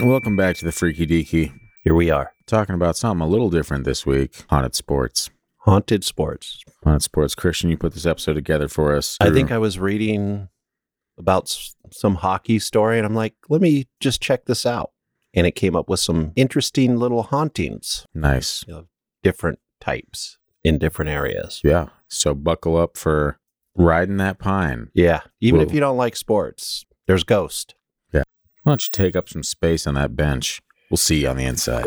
Welcome back to the Freaky Deaky. Here we are. Talking about something a little different this week haunted sports. Haunted sports. Haunted sports. Christian, you put this episode together for us. I think I was reading about s- some hockey story and I'm like, let me just check this out. And it came up with some interesting little hauntings, Nice. different types in different areas. Yeah. So buckle up for riding that pine. Yeah. Even if Whoa. you don't like sports, there's ghost. Why don't you take up some space on that bench? We'll see you on the inside.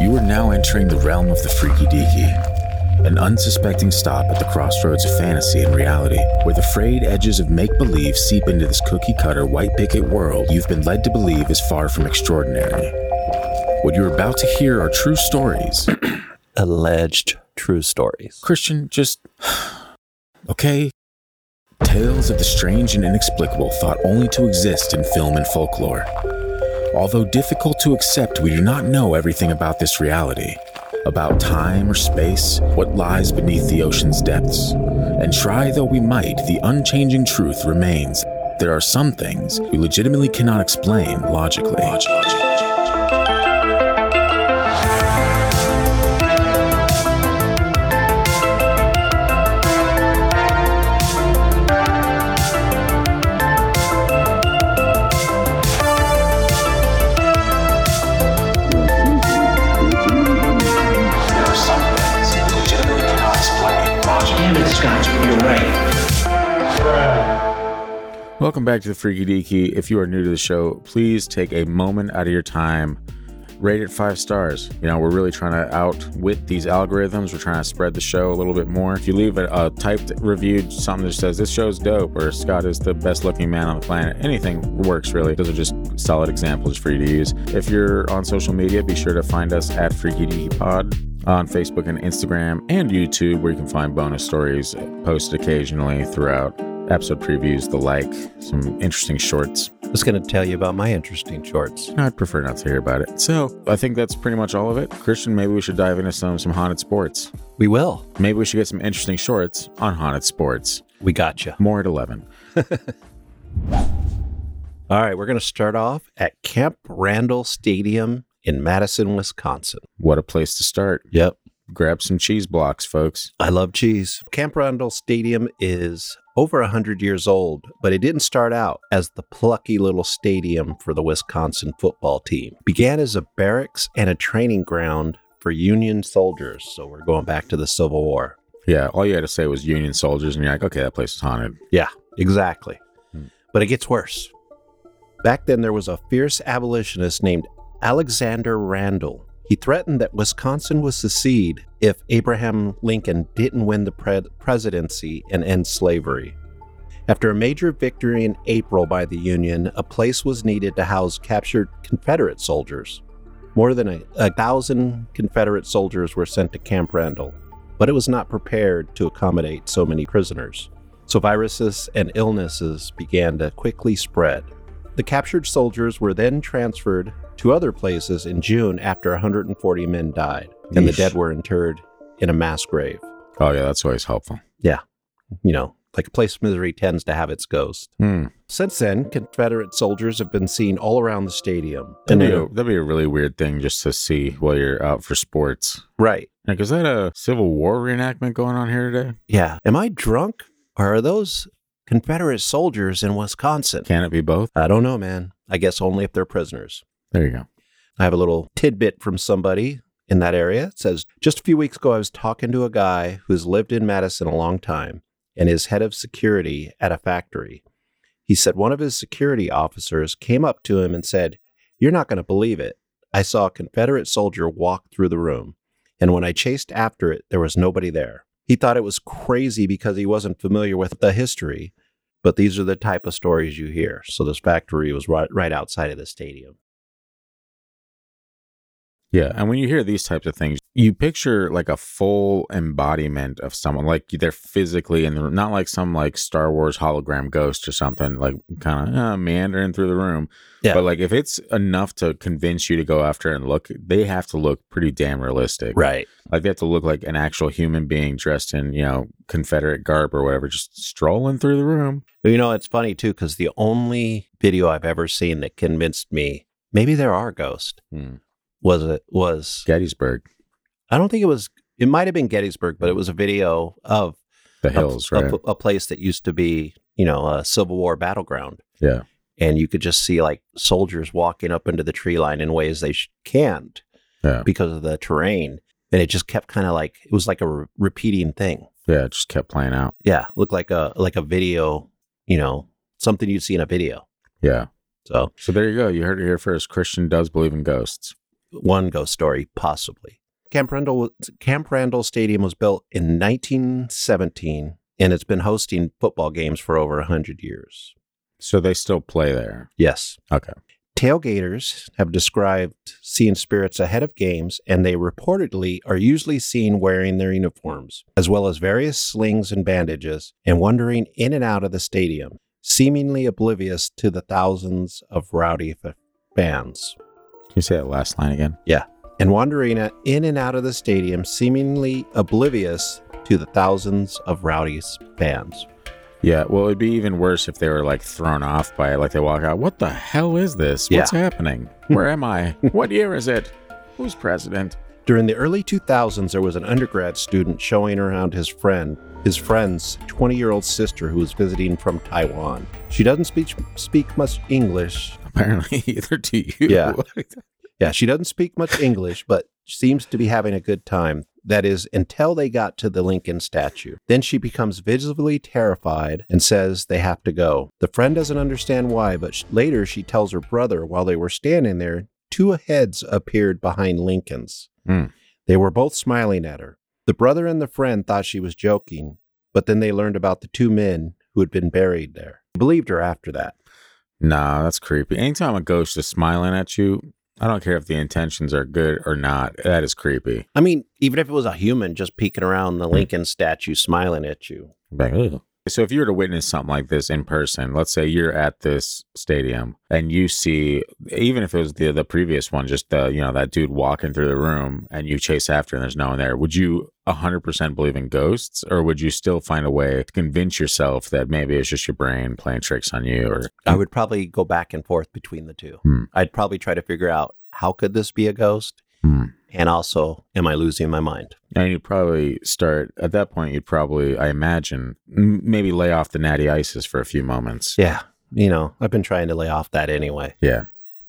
You are now entering the realm of the freaky deaky, an unsuspecting stop at the crossroads of fantasy and reality, where the frayed edges of make believe seep into this cookie cutter white picket world you've been led to believe is far from extraordinary. What you're about to hear are true stories. Alleged true stories. Christian, just. Okay. Tales of the strange and inexplicable thought only to exist in film and folklore. Although difficult to accept, we do not know everything about this reality, about time or space, what lies beneath the ocean's depths. And try though we might, the unchanging truth remains. There are some things we legitimately cannot explain logically. There are some things you legitimately cannot explain logically. Damn it, Scott, you're right. Welcome back to the Freaky Deaky. If you are new to the show, please take a moment out of your time. Rate it five stars. You know, we're really trying to outwit these algorithms. We're trying to spread the show a little bit more. If you leave a, a typed review, something that says, This show's dope, or Scott is the best looking man on the planet, anything works really. Those are just solid examples for you to use. If you're on social media, be sure to find us at Freaky Deaky Pod on Facebook and Instagram and YouTube, where you can find bonus stories posted occasionally throughout episode previews, the like, some interesting shorts. I was going to tell you about my interesting shorts. I'd prefer not to hear about it. So I think that's pretty much all of it. Christian, maybe we should dive into some some haunted sports. We will. Maybe we should get some interesting shorts on haunted sports. We got you. More at eleven. All right, we're going to start off at Camp Randall Stadium in Madison, Wisconsin. What a place to start. Yep. Grab some cheese blocks, folks. I love cheese. Camp Randall Stadium is over 100 years old, but it didn't start out as the plucky little stadium for the Wisconsin football team. Began as a barracks and a training ground for Union soldiers, so we're going back to the Civil War. Yeah, all you had to say was Union soldiers, and you're like, okay, that place is haunted. Yeah, exactly. Hmm. But it gets worse. Back then, there was a fierce abolitionist named Alexander Randall. He threatened that Wisconsin would secede if Abraham Lincoln didn't win the pre- presidency and end slavery. After a major victory in April by the Union, a place was needed to house captured Confederate soldiers. More than a, a thousand Confederate soldiers were sent to Camp Randall, but it was not prepared to accommodate so many prisoners so viruses and illnesses began to quickly spread. The captured soldiers were then transferred to other places in June after 140 men died, and the Yeesh. dead were interred in a mass grave. Oh yeah, that's always helpful. You know, like a place of misery tends to have its ghost. Hmm. Since then, Confederate soldiers have been seen all around the stadium. That'd, be they- a, that'd be a really weird thing just to see while you're out for sports. right. Like, is that a Civil War reenactment going on here today? Yeah. Am I drunk or are those Confederate soldiers in Wisconsin? Can it be both? I don't know, man. I guess only if they're prisoners. There you go. I have a little tidbit from somebody in that area. It says just a few weeks ago, I was talking to a guy who's lived in Madison a long time and is head of security at a factory. He said one of his security officers came up to him and said, You're not going to believe it. I saw a Confederate soldier walk through the room, and when I chased after it, there was nobody there. He thought it was crazy because he wasn't familiar with the history, but these are the type of stories you hear. So this factory was right, right outside of the stadium. Yeah. And when you hear these types of things, you picture like a full embodiment of someone, like they're physically in the room, not like some like Star Wars hologram ghost or something, like kind of uh, meandering through the room. Yeah. But like if it's enough to convince you to go after and look, they have to look pretty damn realistic. Right. Like they have to look like an actual human being dressed in, you know, Confederate garb or whatever, just strolling through the room. You know, it's funny too, because the only video I've ever seen that convinced me maybe there are ghosts Hmm. was it was Gettysburg, I don't think it was it might have been Gettysburg, but it was a video of the a- hills, a, right? a place that used to be, you know, a Civil War battleground. Yeah. And you could just see like soldiers walking up into the tree line in ways they sh- can't Yeah. because of the terrain. And it just kept kind of like it was like a re- repeating thing. yeah. It just kept playing out. Yeah, looked like a like a video, you know, something you'd see in a video. Yeah. So So there you go. You heard it here first. Christian does believe in ghosts. one ghost story, possibly. Camp Randall, was- Camp Randall Stadium was built in 1917, and it's been hosting football games for over 100 years. So they still play there. Yes. Okay. Tailgaters have described seeing spirits ahead of games, and they reportedly are usually seen wearing their uniforms, as well as various slings and bandages, and wandering in and out of the stadium, seemingly oblivious to the thousands of rowdy f- fans. Can you say that last line again? and wandering a- in and out of the stadium, seemingly oblivious to the thousands of rowdy fans. Yeah. Well, it'd be even worse if they were like thrown off by it. Like they walk out. What the hell is this? What's happening? Where am I? what year is it? Who's president? During the early 2000s, there was an undergrad student showing around his friend, his friend's 20-year-old sister who was visiting from Taiwan. She doesn't speak speak much English. Apparently, either to you. Yeah. Yeah, she doesn't speak much English, but seems to be having a good time. That is until they got to the Lincoln statue. Then she becomes visibly terrified and says they have to go. The friend doesn't understand why, but sh- later she tells her brother while they were standing there, two heads appeared behind Lincoln's. Hmm. They were both smiling at her. The brother and the friend thought she was joking, but then they learned about the two men who had been buried there. They believed her after that. Nah, that's creepy. Anytime a ghost is smiling at you, I don't care if the intentions are good or not. That is creepy. I mean, even if it was a human just peeking around Hmm. the Lincoln statue smiling at you, Like, "Ugh." so if you were to witness something like this in person, let's say you're at this stadium and you see, even if it was the the previous one, just the you know that dude walking through the room and you chase after and there's no one there, would you 100% believe in ghosts, or would you still find a way to convince yourself that maybe it's just your brain playing tricks on you? Or I would probably go back and forth between the two. Hmm. I'd probably try to figure out how could this be a ghost, Hmm. and also am I losing my mind? and you'd probably start at that point. You'd probably, I imagine, m- maybe lay off the natty ices for a few moments. Yeah, you know, I've been trying to lay off that anyway. yeah,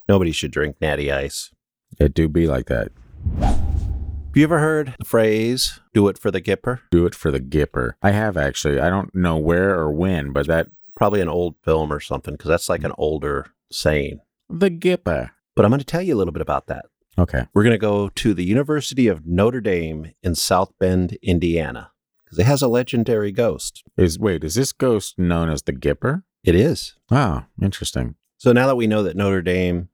Nobody should drink natty ice. it do be like that. Have you ever heard the phrase "do it for the gipper"? Do it for the Gipper. I have actually. I don't know where or when, but that Probably an old film or something, because that's Hmm. like an older saying. the Gipper. But I'm going to tell you a little bit about that. Okay. We're going to go to the University of Notre Dame in South Bend, Indiana, because it has a legendary ghost. Is wait, is this ghost known as the Gipper? It is. Wow, Ah, interesting. So now that we know that Notre Dame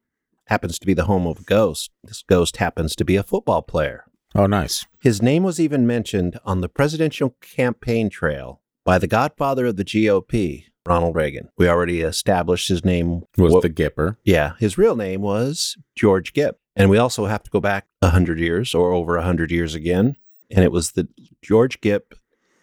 happens to be the home of a ghost, this ghost happens to be a football player. Oh, nice. His name was even mentioned on the presidential campaign trail by the godfather of the GOP, Ronald Reagan. We already established his name Was What- the Gipper? yeah, his real name was George Gipp. And we also have to go back 100 years or over 100 years again. And it was that George Gipp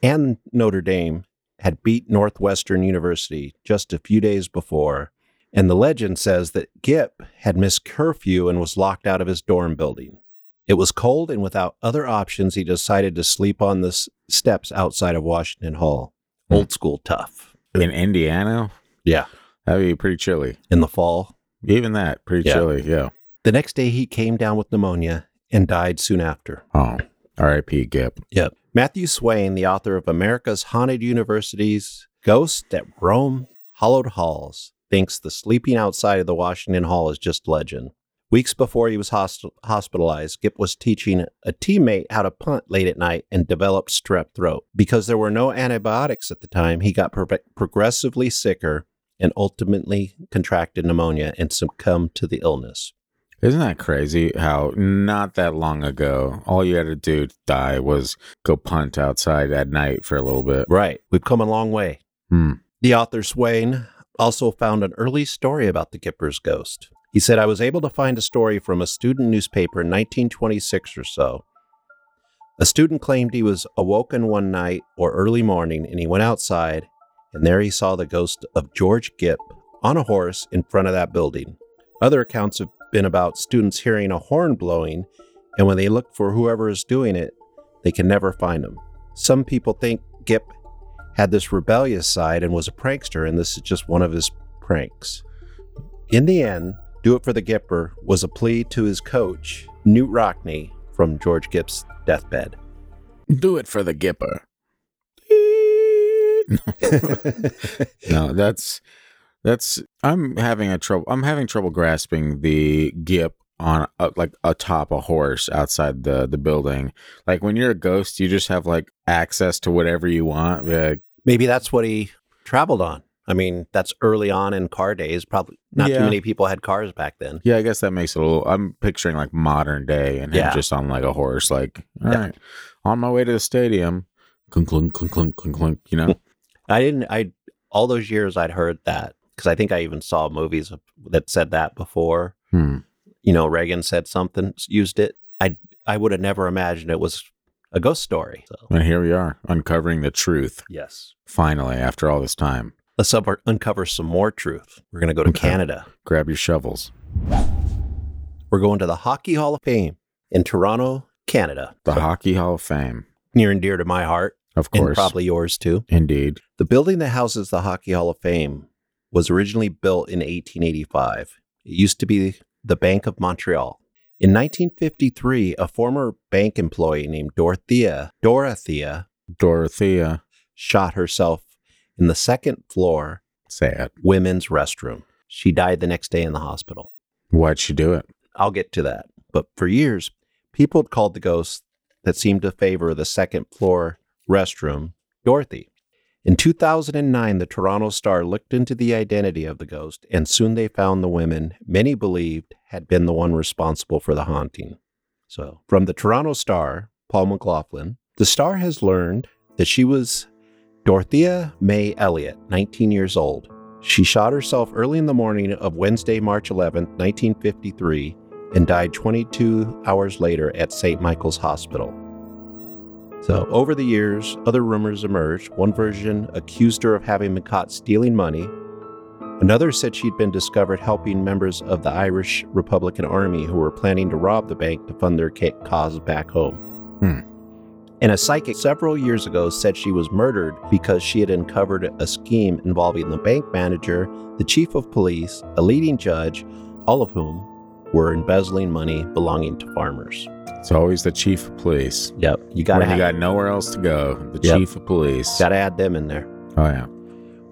and Notre Dame had beat Northwestern University just a few days before. And the legend says that Gipp had missed curfew and was locked out of his dorm building. It was cold, and without other options, he decided to sleep on the s- steps outside of Washington Hall. Hmm. Old school tough In Indiana? Yeah. That'd be pretty chilly. in the fall. Even that, pretty Yeah. chilly. Yeah. The next day, he came down with pneumonia and died soon after. Oh, R.I.P. Gip. Yep. Matthew Swain, the author of America's Haunted Universities, Ghosts that Roam Hollowed Halls, thinks the sleeping outside of the Washington Hall is just legend. Weeks before he was host- hospitalized, Gip was teaching a teammate how to punt late at night and developed strep throat. Because there were no antibiotics at the time, he got pro- progressively sicker and ultimately contracted pneumonia and succumbed to the illness. Isn't that crazy how not that long ago, all you had to do to die was go punt outside at night for a little bit? Right. We've come a long way. Hmm. The author Swain also found an early story about the Gipper's ghost. He said, I was able to find a story from a student newspaper in 1926 or so. A student claimed he was awoken one night or early morning and he went outside and there he saw the ghost of George Gipp on a horse in front of that building. Other accounts have been about students hearing a horn blowing and when they look for whoever is doing it, they can never find him. Some people think Gipp had this rebellious side and was a prankster, and this is just one of his pranks. In the end, Do It for the Gipper was a plea to his coach, Newt Rockney, from George Gipp's deathbed. Do it for the Gipper. no, that's that's. I'm having a trouble. I'm having trouble grasping the gip on uh, like atop a horse outside the the building. Like when you're a ghost, you just have like access to whatever you want. Like, Maybe that's what he traveled on. I mean, that's early on in car days. Probably not too Yeah. many people had cars back then. yeah, I guess that makes it a little. I'm picturing like modern day and him Yeah. just on like a horse. Like all right, Yeah. on my way to the stadium. Clunk clunk clunk clunk clunk clunk. You know. I didn't. I all those years I'd heard that because I think I even saw movies that said that before. hmm. You know, Reagan said something, used it. I I would have never imagined it was a ghost story. So And here we are uncovering the truth yes, finally after all this time. let's up, uncover some more truth. We're gonna go to Okay. Canada. Grab your shovels. We're going to the Hockey Hall of Fame in Toronto, Canada. The Hockey Hall of Fame, Near and dear to my heart, of and course. probably yours too. Indeed. The building that houses the Hockey Hall of Fame was originally built in 1885. It used to be the Bank of Montreal. In 1953, a former bank employee named Dorothea Dorothea Dorothea, shot herself in the second floor sad. women's restroom. She died the next day in the hospital. Why'd she do it? I'll get to that. But for years, people had called the ghost that seemed to favor the second floor restroom Dorothy. In 2009, the Toronto Star looked into the identity of the ghost, and soon they found the women many believed had been the one responsible for the haunting. So, from the Toronto Star, Paul McLaughlin, the Star has learned that she was Dorothea May Elliott, 19 years old. She shot herself early in the morning of Wednesday, March 11, 1953, and died 22 hours later at St. Michael's Hospital. So, over the years, other rumors emerged. One version accused her of having been caught stealing money. Another said she'd been discovered helping members of the Irish Republican Army who were planning to rob the bank to fund their ca- cause back home. Hmm. And a psychic several years ago said she was murdered because she had uncovered a scheme involving the bank manager, the chief of police, a leading judge, all of whom were embezzling money belonging to farmers. It's always the chief of police. Yep. You got to when you have got nowhere else to go, the Yep. chief of police. Got to add them in there. oh, yeah.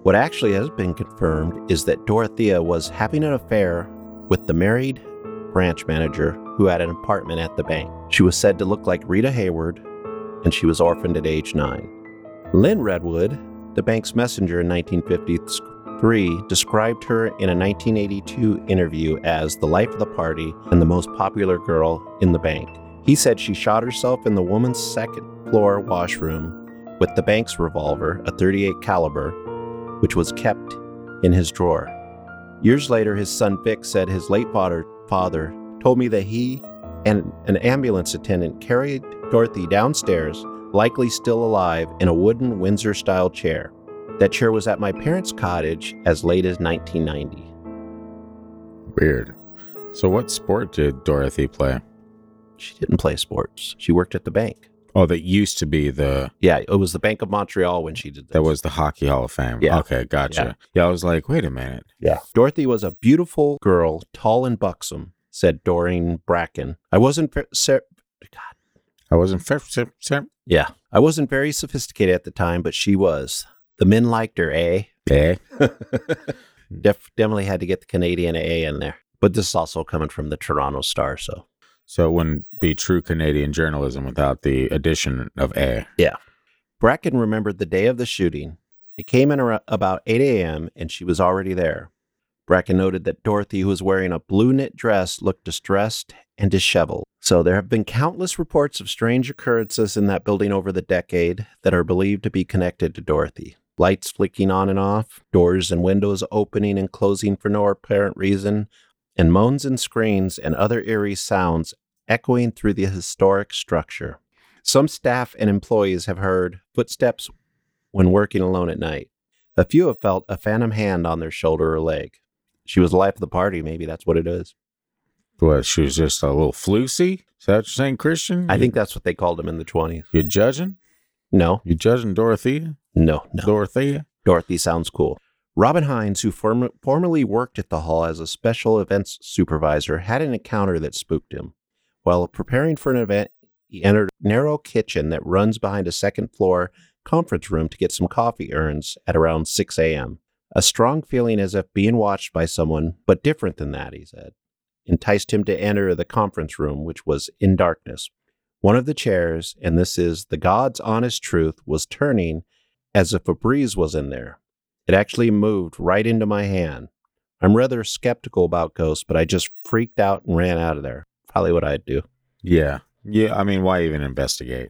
What actually has been confirmed is that Dorothea was having an affair with the married branch manager who had an apartment at the bank. She was said to look like Rita Hayward, and she was orphaned at age nine. Lynn Redwood, the bank's messenger in 1953, described her in a 1982 interview as the life of the party and the most popular girl in the bank. He said she shot herself in the woman's second floor washroom with the bank's revolver, a 38 caliber, which was kept in his drawer. Years later, his son Vic said his late father, father told me that he and an ambulance attendant carried Dorothy downstairs, likely still alive, in a wooden Windsor style chair. That chair was at my parents' cottage as late as 1990. Weird. So, what sport did Dorothy play? She didn't play sports, she worked at the bank. Oh, that used to be the Yeah, it was the Bank of Montreal when she did this. that was the Hockey Hall of Fame. Yeah. Okay, gotcha. yeah, I was like, wait a minute. Dorothy was a beautiful girl, tall and buxom, said Doreen Bracken. I wasn't fa- ser- I wasn't fair. fair- fair- Yeah. I wasn't very sophisticated at the time, but she was. The men liked her, eh? Eh? Def- definitely had to get the Canadian A in there. But this is also coming from the Toronto Star, so. So it wouldn't be true Canadian journalism without the addition of eh. Bracken remembered the day of the shooting. It came in ar- about 8 a.m., and she was already there. Bracken noted that Dorothy, who was wearing a blue knit dress, looked distressed and disheveled. So there have been countless reports of strange occurrences in that building over the decade that are believed to be connected to Dorothy. Lights flicking on and off, doors and windows opening and closing for no apparent reason, and moans and screams and other eerie sounds echoing through the historic structure. Some staff and employees have heard footsteps when working alone at night. A few have felt a phantom hand on their shoulder or leg. She was the life of the party. Maybe that's what it is. What, she was just a little floozy? Is that what you're saying, Christian? I You- think that's what they called him in the 20s. You're judging? No, You're judging Dorothea? no, no. Dorothea? Dorothy sounds cool. Robin Hines, who form- formerly worked at the hall as a special events supervisor, had an encounter that spooked him. While preparing for an event, he entered a narrow kitchen that runs behind a second floor conference room to get some coffee urns at around 6 a.m. A strong feeling as if being watched by someone, but different than that, he said, enticed him to enter the conference room, which was in darkness. One of the chairs, and this is the God's honest truth, was turning as if a breeze was in there. It actually moved right into my hand. I'm rather skeptical about ghosts, but I just freaked out and ran out of there. Probably what I'd do. Yeah. Yeah. I mean, why even investigate?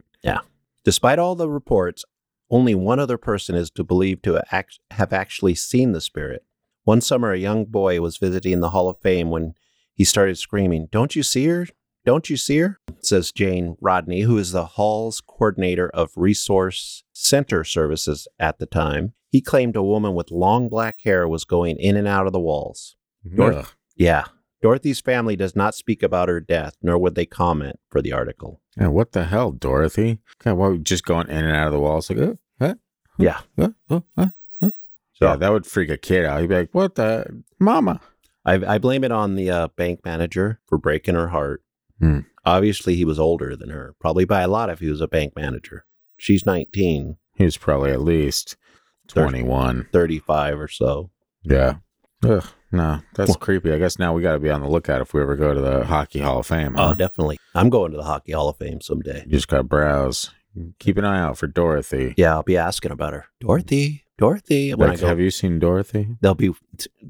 Despite all the reports, only one other person is to believe to act- have actually seen the spirit. One summer, a young boy was visiting the Hall of Fame when he started screaming, Don't you see her? Don't you see her? Says Jane Rodney, who is the Hall's coordinator of resource center services at the time. He claimed a woman with long black hair was going in and out of the walls. Dorothy. Ugh. Yeah. Dorothy's family does not speak about her death, nor would they comment for the article. Yeah, what the hell, Dorothy? God, why are we just going in and out of the walls? Like, uh, huh? huh, Yeah. huh, huh, huh, huh. So- yeah, that would freak a kid out. He'd be like, what the? Mama. I, I blame it on the uh, bank manager for breaking her heart. Hmm. Obviously, he was older than her, probably by a lot if he was a bank manager. She's 19, He was probably at least Thir- 21. 35 or so. Yeah. Ugh, no, that's Well- creepy. I guess now we got to be on the lookout if we ever go to the Hockey Hall of Fame. huh? Oh, definitely. I'm going to the Hockey Hall of Fame someday. You just got to browse. Keep an eye out for Dorothy. Yeah, I'll be asking about her. Dorothy, Dorothy. When Like, I go, have you seen Dorothy? they'll be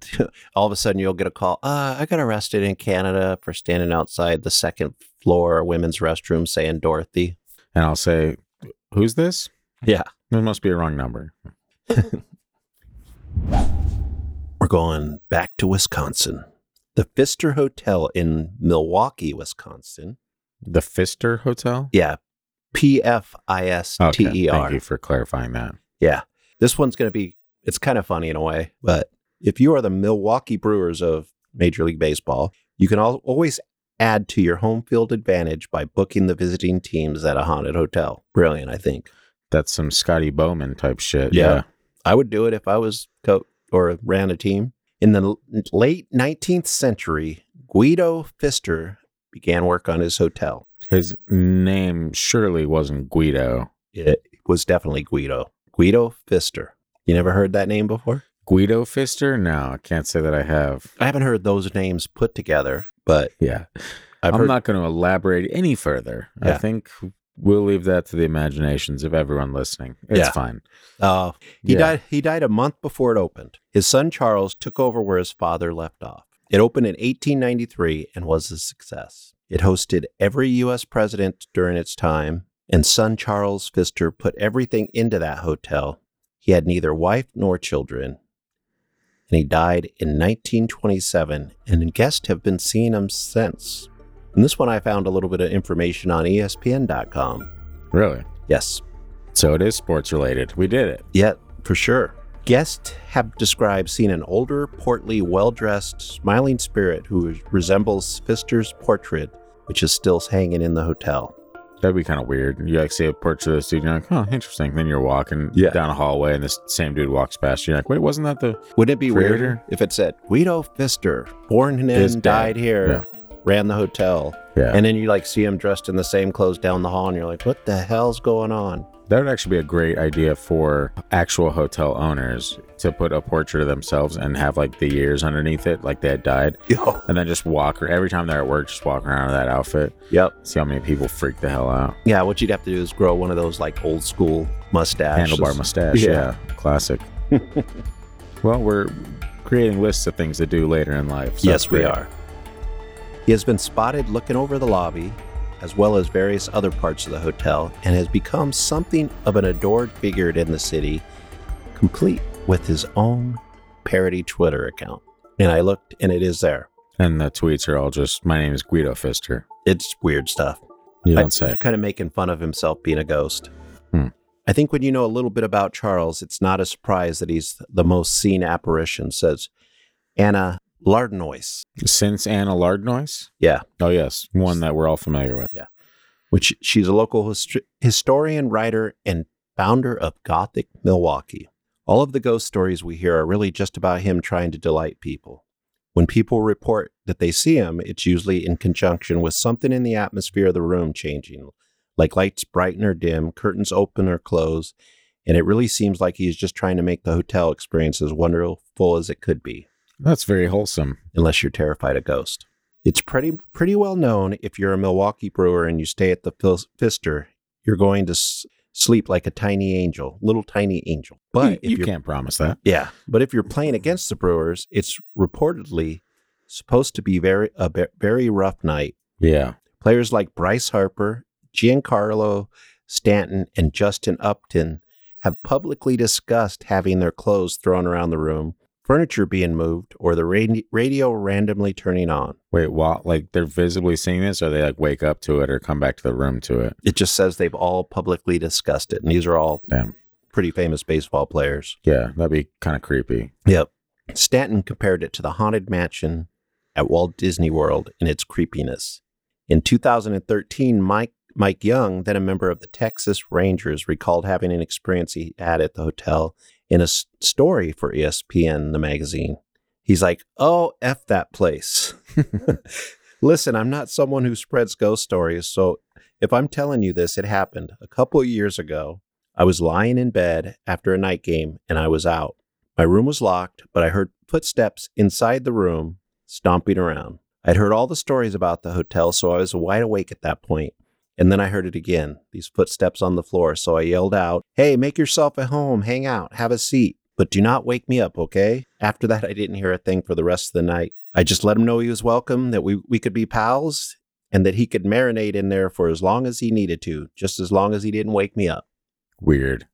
all of a sudden you'll get a call uh, i got arrested in canada for standing outside the second floor women's restroom saying dorothy And I'll say, who's this? Yeah. There must be a wrong number. we're going back to wisconsin the pfister hotel in milwaukee wisconsin The Fister Hotel? yeah Okay, Thank p-f-i-s-t-e-r you for clarifying that. E yeah this one's going to be it's kind of funny in a way but if you are the milwaukee brewers of major league baseball you can al- always add to your home field advantage by booking the visiting teams at a haunted hotel brilliant i think That's some Scotty Bowman type shit. Yeah. I would do it if I was coach or ran a team. In the l- late 19th century, Guido Pfister began work on his hotel. His name surely wasn't Guido. It was definitely Guido. Guido Pfister. You never heard that name before? Guido Fister? No, I can't say that I have. I haven't heard those names put together, but Yeah. I've i am heard not going to elaborate any further. I Yeah. think we'll leave that to the imaginations of everyone listening. It's Yeah. fine. uh, He Yeah. died. He died a month before it opened. His son Charles took over where his father left off. It opened in 1893 and was a success. It hosted every U.S. president during its time, and son Charles Pfister put everything into that hotel. He had neither wife nor children, and he died in 1927. And guests have been seeing him since. And this one I found a little bit of information on E ESPN.com. Really? Yes, So it is sports related. We did it. yeah, for sure. Guests have described seeing an older, portly, well dressed, smiling spirit who resembles Pfister's portrait, which is still hanging in the hotel. That'd be kind of weird. You like see a portrait of this dude, and you're like, oh, interesting. Then you're walking Yeah. down a hallway, and this same dude walks past you. You're like, wait, wasn't that the? Wouldn't it be Creator? weirder if it said Guido Pfister, born in, Is dead. died here, ran the hotel, Yeah, and then you like see him dressed in the same clothes down the hall, and you're like, what the hell's going on? that would actually be a great idea for actual hotel owners to put a portrait of themselves and have like the years underneath it, like they had died, and then just walk. Every time they're at work, just walk around in that outfit. Yep. See how many people freak the hell out. Yeah, what you'd have to do is grow one of those like old school mustaches. handlebar mustache. Yeah, Yeah. classic. well, we're creating lists of things to do later in life. So that's yes, we great. are. He has been spotted looking over the lobby, as well as various other parts of the hotel, and has become something of an adored figure in the city, complete with his own parody Twitter account. And I looked, and it is there. And the tweets are all just, my name is Guido Fister. It's weird stuff. You I- don't say. Kind of making fun of himself being a ghost. Hmm. I think when you know a little bit about Charles, it's not a surprise that he's the most seen apparition, says Anna Lardnois, Since Anna Lardnois? Yeah. Oh, yes. One that we're all familiar with. Yeah. which she's a local hist- historian, writer, and founder of Gothic Milwaukee. All of the ghost stories we hear are really just about him trying to delight people. When people report that they see him, it's usually in conjunction with something in the atmosphere of the room changing, like lights brighten or dim, curtains open or close, and it really seems like he's just trying to make the hotel experience as wonderful as it could be That's very wholesome. unless you're terrified of ghosts. It's pretty pretty well known if you're a Milwaukee brewer and you stay at the Fil- Pfister, you're going to s- sleep like a tiny angel, little tiny angel. But you, if you you're, can't promise that. yeah, but if you're playing against the Brewers, it's reportedly supposed to be very a ve- very rough night. Yeah. Players like Bryce Harper, Giancarlo Stanton, and Justin Upton have publicly discussed having their clothes thrown around the room, furniture being moved, or the radi- radio randomly turning on. Wait, while like they're visibly seeing this, or they like wake up to it or come back to the room to it? It just says they've all publicly discussed it. And these are all Damn. pretty famous baseball players. Yeah, that'd be kind of creepy. Yep. Stanton compared it to the Haunted Mansion at Walt Disney World in its creepiness. In 2013, Mike Mike Young, then a member of the Texas Rangers, recalled having an experience he had at the hotel in a s- story for E ESPN the magazine. He's like, "Oh, f that place." Listen, I'm not someone who spreads ghost stories, so if I'm telling you this, it happened a couple of years ago. I was lying in bed after a night game and I was out. My room was locked, but I heard footsteps inside the room stomping around. I'd heard all the stories about the hotel, so I was wide awake at that point. And then I heard it again, these footsteps on the floor. So I yelled out, Hey, make yourself at home, hang out, have a seat, but do not wake me up, okay? After that, I didn't hear a thing for the rest of the night. I just let him know he was welcome, that we, we could be pals, and that he could marinate in there for as long as he needed to, just as long as he didn't wake me up. Weird.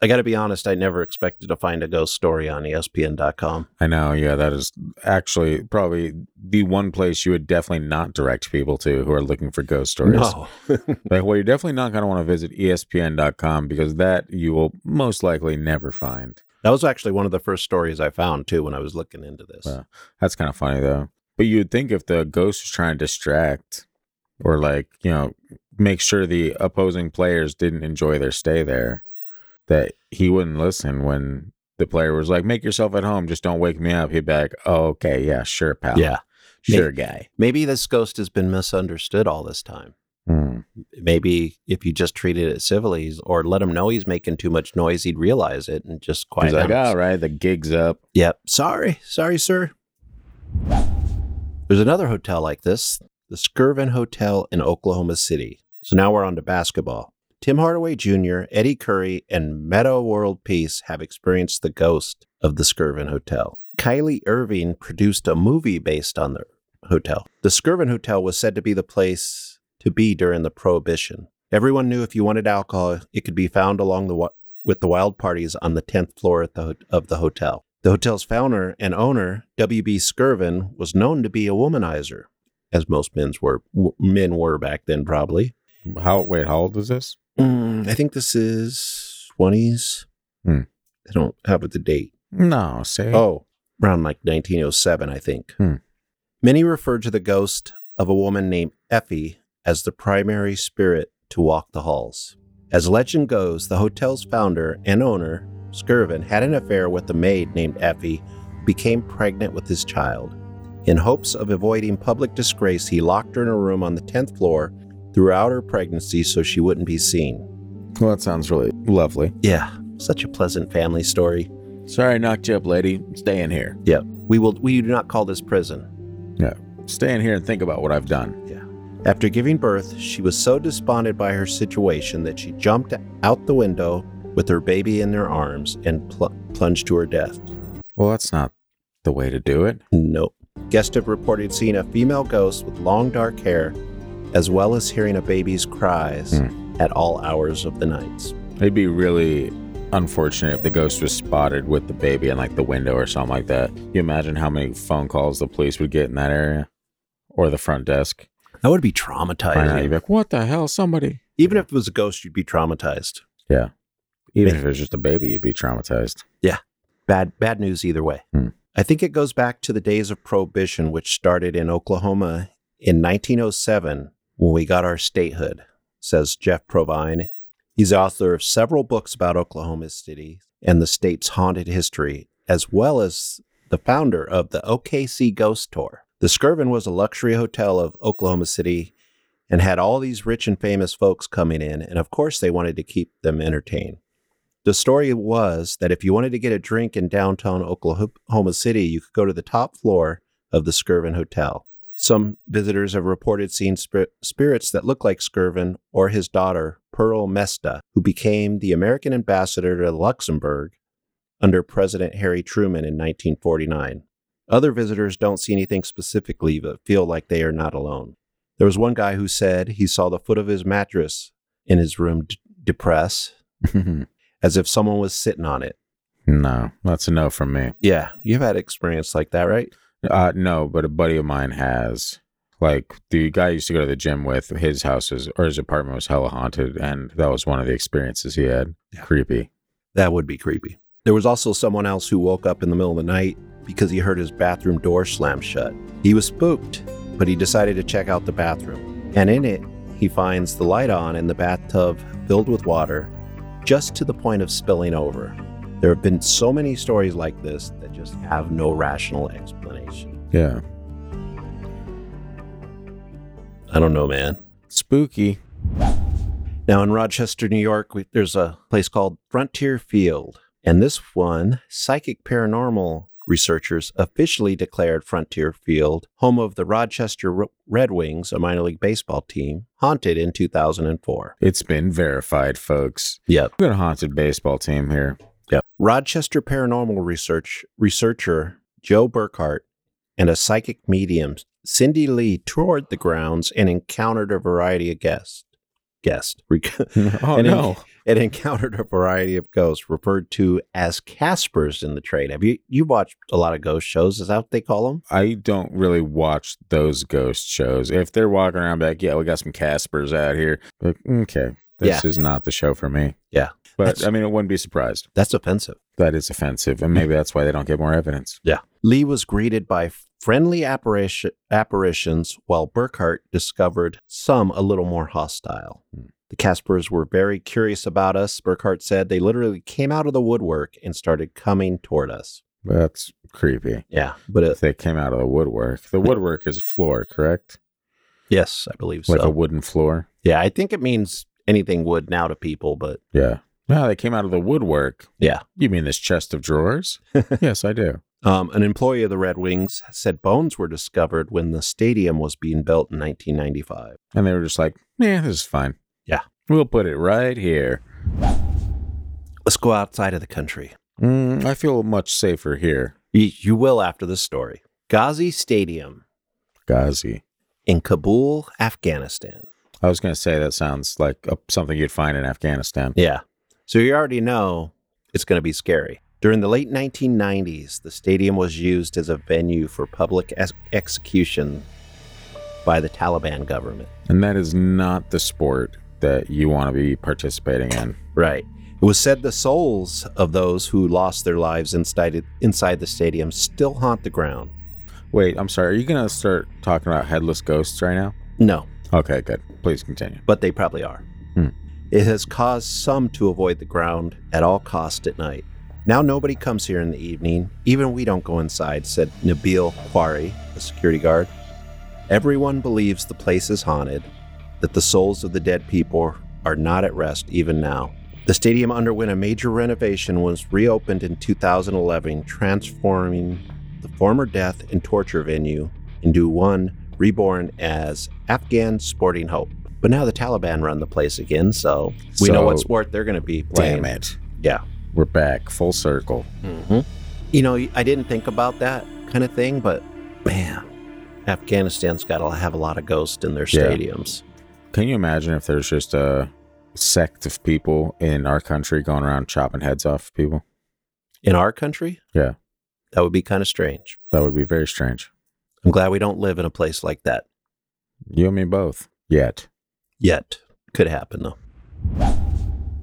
I got to be honest, I never expected to find a ghost story on E ESPN.com. I know. Yeah, that is actually probably the one place you would definitely not direct people to who are looking for ghost stories. Like, well, you're definitely not going to want to visit E ESPN.com because that you will most likely never find. that was actually one of the first stories I found too when I was looking into this. Wow. That's kind of funny though. But you would think if the ghost was trying to distract or like, you know, make sure the opposing players didn't enjoy their stay there, that he wouldn't listen when the player was like, Make yourself at home, just don't wake me up. He'd be like, Oh, okay, yeah, sure, pal. Yeah. Sure guy. Maybe this ghost has been misunderstood all this time. Hmm. Maybe if you just treated it civilly he's- or let him know he's making too much noise, he'd realize it and just quiet He's like, "Ah, down. All right, the gig's up. Yep. Sorry. Sorry, sir. There's another hotel like this, the Skirvin Hotel in Oklahoma City. So now we're on to basketball. Tim Hardaway Jr., Eddie Curry, and Meadow World Peace have experienced the ghost of the Skirvin Hotel. Kylie Irving produced a movie based on the hotel. The Skirvin Hotel was said to be the place to be during the Prohibition. Everyone knew if you wanted alcohol, it could be found along the wa- with the wild parties on the 10th floor at the, ho- of the hotel. The hotel's founder and owner, W.B. Skirvin, was known to be a womanizer, as most men's were w- men were back then probably. How wait, how old is this? Mm, I think this is 20s. Hmm. I don't have the date. No, say Oh, around like 1907, I think. Hmm. Many referred to the ghost of a woman named Effie as the primary spirit to walk the halls. As legend goes, the hotel's founder and owner, Skirvin, had an affair with a maid named Effie, who became pregnant with his child. In hopes of avoiding public disgrace, he locked her in a room on the 10th floor throughout her pregnancy so she wouldn't be seen. well that sounds really lovely. Yeah, such a pleasant family story. Sorry I knocked you up, lady. Stay in here. Yeah, we will. We do not call this prison. Stay in here and think about what I've done. After giving birth, she was so despondent by her situation that she jumped out the window, with her baby in their arms and pl- plunged to her death. Well, that's not the way to do it. Nope. Guests have reported seeing a female ghost with long dark hair, as well as hearing a baby's cries at all hours of the nights. It'd be really unfortunate if the ghost was spotted with the baby in like the window or something like that. You imagine how many phone calls the police would get in that area or the front desk. That would be Why not? You'd traumatizing. be like, what the hell? Somebody. Even if it was a ghost, you'd be traumatized. Even if it was just a baby, you'd be traumatized. Bad, bad news either way. Hmm. I think it goes back to the days of prohibition, which started in Oklahoma in 1907 when we got our statehood, says Jeff Provine. He's the author of several books about Oklahoma City and the state's haunted history, as well as the founder of the OKC Ghost Tour. The Skirvin was a luxury hotel of Oklahoma City and had all these rich and famous folks coming in, and of course, they wanted to keep them entertained. The story was that if you wanted to get a drink in downtown Oklahoma City, you could go to the top floor of the Skirvin Hotel. Some visitors have reported seeing spir- spirits that look like Skirvin or his daughter, Pearl Mesta, who became the American ambassador to Luxembourg under President Harry Truman in 1949. Other visitors don't see anything specifically, but feel like they are not alone. There was one guy who said he saw the foot of his mattress in his room d- depress as if someone was sitting on it. no, that's a no from me. Yeah, you've had experience like that, right? Uh, no, but a buddy of mine has. Like the guy I used to go to the gym with, his house was, or his apartment was hella haunted, and that was one of the experiences he had. Creepy. That would be creepy. There was also someone else who woke up in the middle of the night because he heard his bathroom door slam shut. He was spooked, but he decided to check out the bathroom. And in it, he finds the light on and the bathtub filled with water, just to the point of spilling over. There have been so many stories like this that just have no rational explanation. Yeah. I don't know, man. Spooky. Now in Rochester, New York, we, there's a place called Frontier Field, and this one, psychic paranormal researchers officially declared Frontier Field home of the Rochester Ro- Red Wings, a minor league baseball team, haunted in 2004. It's been verified, folks. Yep. We've got a haunted baseball team here. Yep. Rochester paranormal research researcher Joe Burkhart and a psychic medium Cindy Lee toured the grounds and encountered a variety of guests. Guest. Rec- oh, And in- no. It encountered a variety of ghosts referred to as Caspers in the trade. Have you you watched a lot of ghost shows? Is that what they call them? I don't really watch those ghost shows. If they're walking around back, yeah, we got some Caspers out here. Like, okay, this is not the show for me. Yeah. But That's- I mean, it wouldn't be surprised. That's offensive. That is offensive. And maybe that's why they don't get more evidence. Lee was greeted by friendly apparition, apparitions, while Burkhart discovered some a little more hostile. Hmm. The Caspers were very curious about us. Burkhart said they literally came out of the woodwork and started coming toward us. That's creepy. Yeah, but uh, it, If they came out of the woodwork, the woodwork is floor, correct? yes, I believe Like a so. wooden floor. yeah, I think it means anything wood now to people, but Yeah. No, they came out of the woodwork. Yeah. You mean this chest of drawers? yes, I do. Um, an employee of the Red Wings said bones were discovered when the stadium was being built in 1995. And they were just like, yeah, this is fine. Yeah. We'll put it right here. Let's go outside of the country. Mm, I feel much safer here. You, you will after this story. Ghazi Stadium Ghazi. in Kabul, Afghanistan. I was going to say that sounds like a, something you'd find in Afghanistan. Yeah. So you already know it's going to be scary. During the late 1990s, the stadium was used as a venue for public ex- execution by the Taliban government. And that is not the sport that you want to be participating in. Right. It was said the souls of those who lost their lives inside it, inside the stadium still haunt the ground. Wait, I'm sorry. Are you going to start talking about headless ghosts right now? No, Okay, good. Please continue. but they probably are. Hmm. It has caused some to avoid the ground at all cost at night. Now nobody comes here in the evening. Even we don't go inside," said Nabil Quarry, a security guard. Everyone believes the place is haunted, that the souls of the dead people are not at rest even now. The stadium underwent a major renovation and was reopened in 2011, transforming the former death and torture venue into one reborn as Afghan Sporting Hope. But now the Taliban run the place again, so we know So- what sport they're going to be playing. it. Yeah. We're back full circle. Mm-hmm. You know, I didn't think about that kind of thing, but man, Afghanistan's got to have a lot of ghosts in their Yeah. stadiums. Can you imagine if there's just a sect of people in our country going around chopping heads off people? In our country? Yeah. That would be kind of strange. That would be very strange. I'm glad we don't live in a place like that You and me both. Yet. yet. Could happen, though.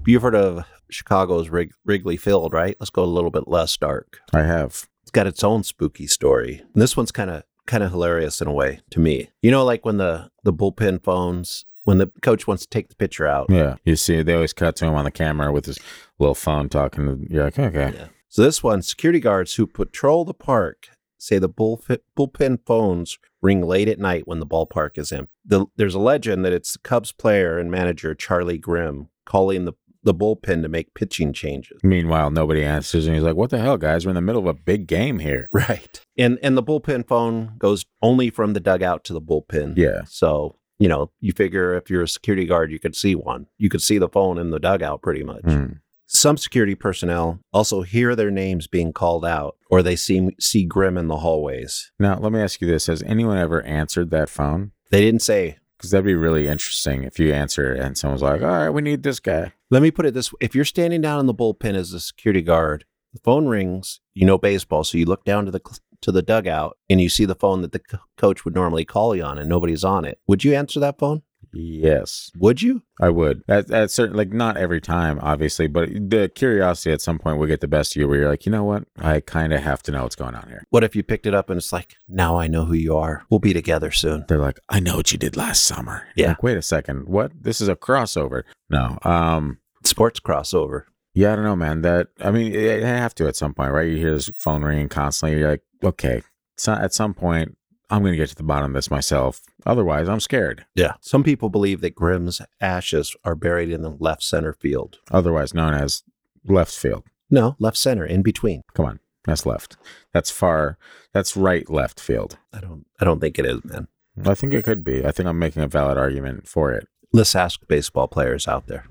You've heard of Chicago's Wrig- Wrigley Field, right? Let's go a little bit less dark. I have. it's got its own spooky story. And this one's kind of kind of hilarious in a way to me. You know, like when the the bullpen phones when the coach wants to take the pitcher out. Yeah. You see, they always cut to him on the camera with his little phone talking. To, you're like, okay. Yeah. So this one, security guards who patrol the park say the bullf- bullpen phones ring late at night when the ballpark is empty. The, there's a legend that it's the Cubs player and manager Charlie Grimm calling the the bullpen to make pitching changes. Meanwhile, nobody answers, and he's like, "What the hell, guys? We're in the middle of a big game here." Right. And and the bullpen phone goes only from the dugout to the bullpen. Yeah. So, you know, you figure if you're a security guard, you could see one. You could see the phone in the dugout pretty much. Mm. Some security personnel also hear their names being called out or they see, see Grim in the hallways. Now, let me ask you this: Has anyone ever answered that phone? They didn't say, Because that'd be really interesting if you answer it and someone's like, "All right, we need this guy." let me put it this way if you're standing down in the bullpen as a security guard, the phone rings, you know baseball, so you look down to the cl- to the dugout and you see the phone that the co- coach would normally call you on and nobody's on it. Would you answer that phone? Yes, Would you? I would. At, at certain, like not every time, obviously, but the curiosity at some point will get the best of you, where you're like, you know what? I kind of have to know what's going on here. What if you picked it up and it's like, now I know who you are. We'll be together soon. They're like, I know what you did last summer. Yeah. Like, wait a second, what? This is a crossover. No. Um. Sports crossover. Yeah, I don't know, man. That I mean, it, it have to at some point, right? You hear this phone ringing constantly. You're like, okay, so at some point, I'm gonna get to the bottom of this myself. Otherwise, I'm scared. Yeah. Some people believe that Grimm's ashes are buried in the left center field. Otherwise known as left field. No, left center, in between. Come on, that's left. That's far. That's right left field. I don't I don't think it is, man. I think it could be. I think I'm making a valid argument for it. Let's ask baseball players out there.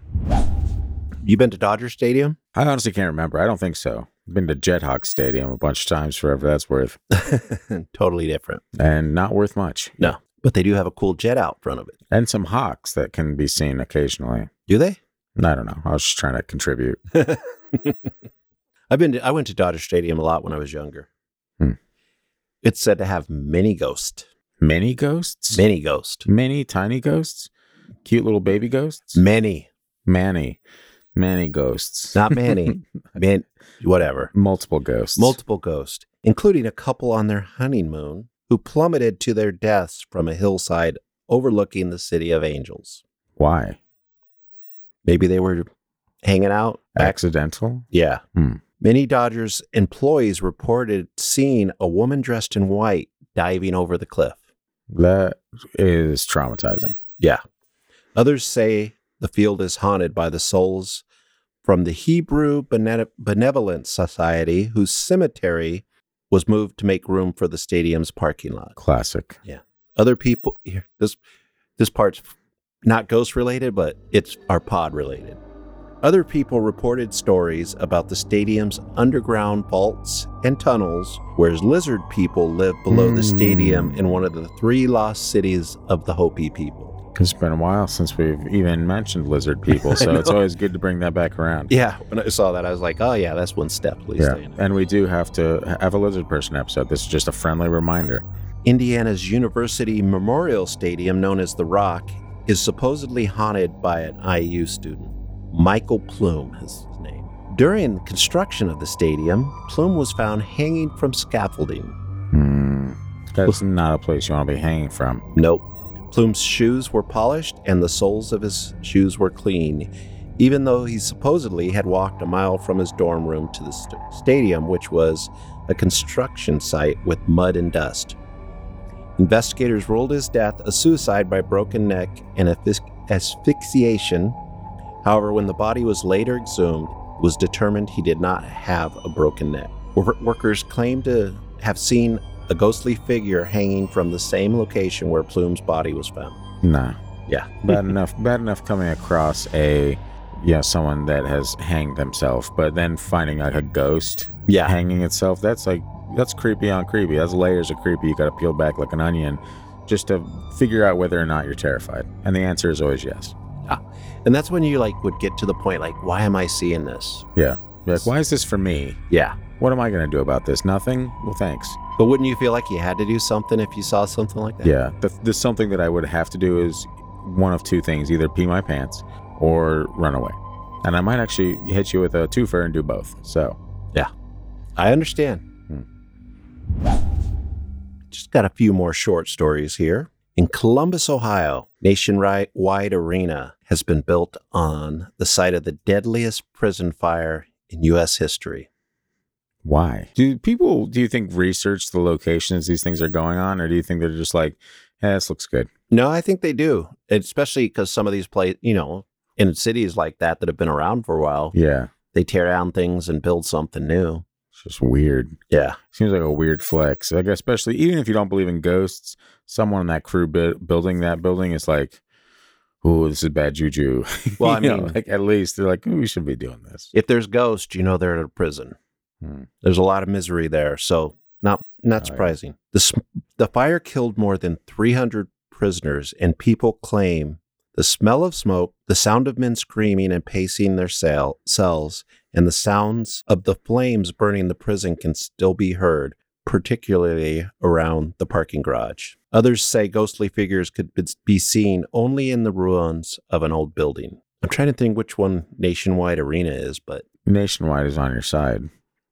You been to Dodger Stadium? I honestly can't remember. I don't think so. Been to Jethawk Stadium a bunch of times, forever that's worth, totally different. and not worth much. No. But they do have a cool jet out front of it. And some hawks that can be seen occasionally. Do they? I don't know. I was just trying to contribute. I've been to, I went to Dodger Stadium a lot when I was younger. Hmm. It's said to have many ghosts. Many ghosts? Many ghosts. Many tiny ghosts? Cute little baby ghosts? Many. Manny. Manny ghosts. Not many. Man, whatever. Multiple ghosts. Multiple ghosts, including a couple on their honeymoon who plummeted to their deaths from a hillside overlooking the city of angels. Why? Maybe they were hanging out. Accidental? Yeah. Hmm. Many Dodgers employees reported seeing a woman dressed in white diving over the cliff. That is traumatizing. Yeah. Others say the field is haunted by the souls from the Hebrew Bene- Benevolent Society, whose cemetery was moved to make room for the stadium's parking lot. Classic. Other people here, this this part's not ghost related, but it's our pod related. Other people reported stories about the stadium's underground vaults and tunnels, where lizard people live below the stadium Hmm. in one of the three lost cities of the Hopi people. It's been a while since we've even mentioned lizard people, so it's know. always good to bring that back around. Yeah, when I saw that, I was like, oh yeah, that's one step at least. Yeah. And we do have to have a lizard person episode. This is just a friendly reminder. Indiana's University Memorial Stadium, known as The Rock, is supposedly haunted by an IU student. Michael Plume is his name. During construction of the stadium, Plume was found hanging from scaffolding. Hmm. That's not a place you want to be hanging from. Nope. Plume's shoes were polished and the soles of his shoes were clean, even though he supposedly had walked a mile from his dorm room to the st- stadium, which was a construction site with mud and dust. Investigators ruled his death a suicide by broken neck and asphyx- asphyxiation. However, when the body was later exhumed, it was determined he did not have a broken neck. Wor- Workers claimed to have seen a ghostly figure hanging from the same location where Plume's body was found. Nah. Yeah. bad enough bad enough coming across a you know, someone that has hanged themselves, but then finding like a ghost Yeah. hanging itself, that's like, that's creepy on creepy. That's layers of creepy you got to peel back like an onion just to figure out whether or not you're terrified. And the answer is always yes. And that's when you like would get to the point like, why am I seeing this? Yeah. You're like, why is this for me? Yeah. What am I going to do about this? Nothing? Well, thanks. But wouldn't you feel like you had to do something if you saw something like that? Yeah. The, the something that I would have to do is one of two things either pee my pants or run away. And I might actually hit you with a twofer and do both. So, I understand. Hmm. Just got a few more short stories here. In Columbus, Ohio, nationwide arena has been built on the site of the deadliest prison fire in U.S. history. why? Do people, do you think, research the locations these things are going on? Or do you think they're just like, hey, this looks good? No, I think they do, especially because some of these places, you know, in cities like that that have been around for a while, Yeah. they tear down things and build something new. It's just weird. Yeah. Seems like a weird flex. Like, especially even if you don't believe in ghosts, someone in that crew bu- building that building is like, oh, this is bad juju. Well, I You know, mean- like at least they're like, "Ooh, we should be doing this. If there's ghosts, you know they're in a prison. Hmm. There's a lot of misery there, so not Oh, yeah. not surprising. The sm- the fire killed more than 300 prisoners, and people claim the smell of smoke, the sound of men screaming and pacing their cell- cells, and the sounds of the flames burning the prison can still be heard, particularly around the parking garage. Others say ghostly figures could be- be seen only in the ruins of an old building. I'm trying to think which one Nationwide Arena is, but Nationwide is on your side.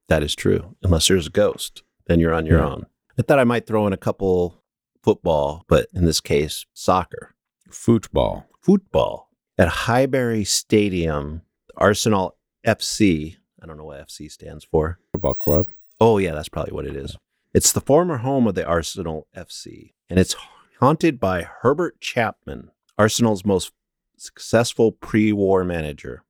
that is true. Unless there's a ghost, then you're on your Yeah. own. I thought I might throw in a couple football, but in this case, soccer, Football. football. At Highbury Stadium, Arsenal FC, I don't know what FC stands for. Football club. Oh, yeah, that's probably what it is. It's the former home of the Arsenal FC, and it's haunted by Herbert Chapman, Arsenal's most successful pre war manager.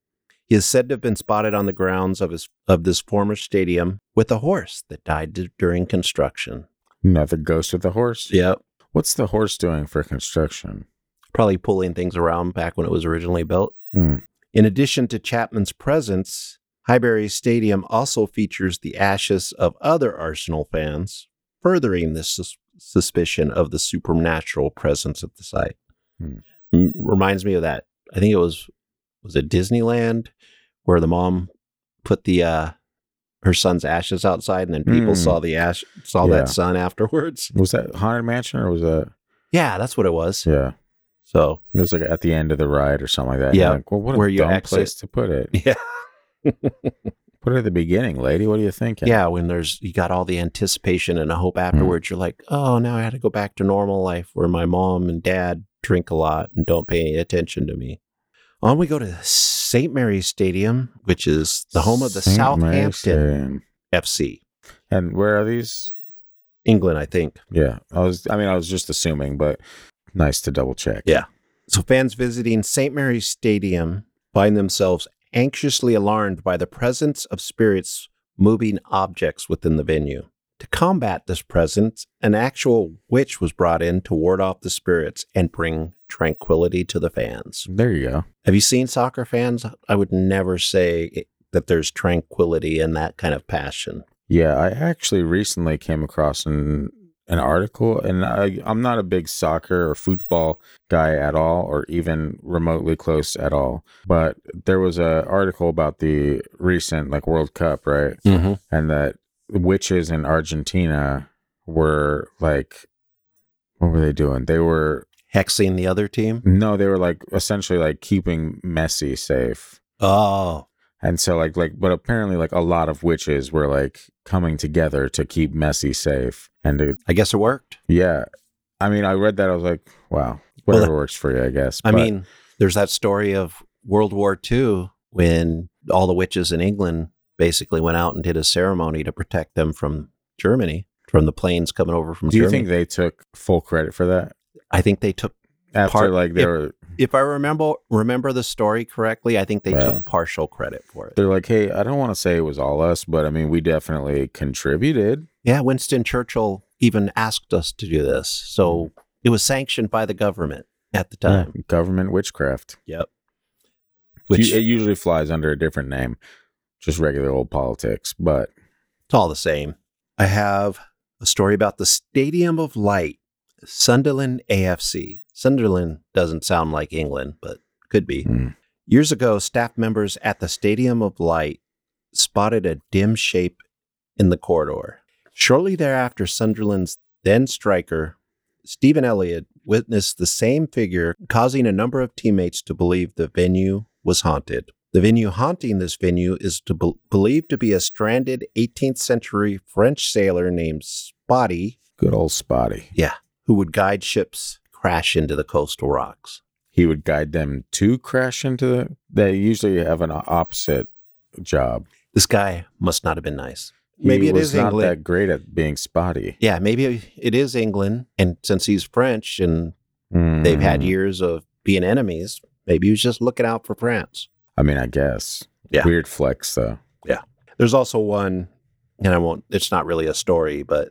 He is said to have been spotted on the grounds of, his, of this former stadium with a horse that died d- during construction. Another ghost with a horse. Yep. What's the horse doing for construction? Probably pulling things around back when it was originally built. Hmm. In addition to Chapman's presence, Highbury Stadium also features the ashes of other Arsenal fans, furthering the sus- suspicion of the supernatural presence at the site. Hmm. M- reminds me of that. I think it was was it Disneyland where the mom put the uh her son's ashes outside, and then people Hmm. saw the ash saw Yeah. that son afterwards. Was that haunted mansion or was that? Yeah, that's what it was. Yeah, So it was like at the end of the ride or something like that. Yeah. You're like, well, what a Where you dumb exit. place to put it. yeah, Put it at the beginning, lady. What are you thinking? Yeah, when there's you got all the anticipation and the hope Mm-hmm. afterwards, you're like, oh, now I had to go back to normal life where my mom and dad drink a lot and don't pay any attention to me. On we go to St. Mary's Stadium, which is the home of the Saint Mary's Southampton Stadium. FC, And where are these? England, I think. Yeah, I was. I mean, I was just assuming, but nice to double check. Yeah. So fans visiting St. Mary's Stadium find themselves anxiously alarmed by the presence of spirits moving objects within the venue. To combat this presence, an actual witch was brought in to ward off the spirits and bring tranquility to the fans. There you go. Have you seen soccer fans? I would never say it- that there's tranquility in that kind of passion. Yeah, I actually recently came across an an article, and I, I'm not a big soccer or football guy at all, or even remotely close at all. But there was a article about the recent like World Cup, right? Mm-hmm. And that witches in Argentina were like, what were they doing? They were Hexing the other team? no, they were like essentially like keeping Messi safe. Oh, And so like like but apparently like a lot of witches were like coming together to keep Messi safe. And it, I guess it worked. yeah. I mean, I read that I was like, wow, Well, whatever works for you, I guess. I But mean, there's that story of World War II when all the witches in England basically went out and did a ceremony to protect them from Germany, from the planes coming over from do you Germany. think they took full credit for that? I think they took, After Part- like they if- were if I remember remember the story correctly, I think they Yeah. took partial credit for it. they're like, Hey, I don't want to say it was all us, but I mean we definitely contributed. Yeah, Winston Churchill even asked us to do this, so it was sanctioned by the government at the time. Yeah, government witchcraft. Yep. which it usually flies under a different name, just regular old politics. But It's all the same. I have a story about the Stadium of Light, Sunderland AFC. Sunderland doesn't sound like England, but could be. hmm, Years ago, staff members at the Stadium of Light spotted a dim shape in the corridor. Shortly thereafter, Sunderland's then striker, Stephen Elliott, witnessed the same figure, causing a number of teammates to believe the venue was haunted. The venue haunting this venue is to be- believed to be a stranded 18th century French sailor named Spotty, good old Spotty. who would guide ships crash into the coastal rocks. He would guide them to crash into the. They usually have an opposite job. This guy must not have been nice. He Maybe it was is not England. that great at being spotty. Yeah, maybe it is England. And since he's French and they've had Hmm. years of being enemies, maybe he was just looking out for France. I mean, I guess. Yeah. Weird flex, though. There's also one, and I won't, it's not really a story, but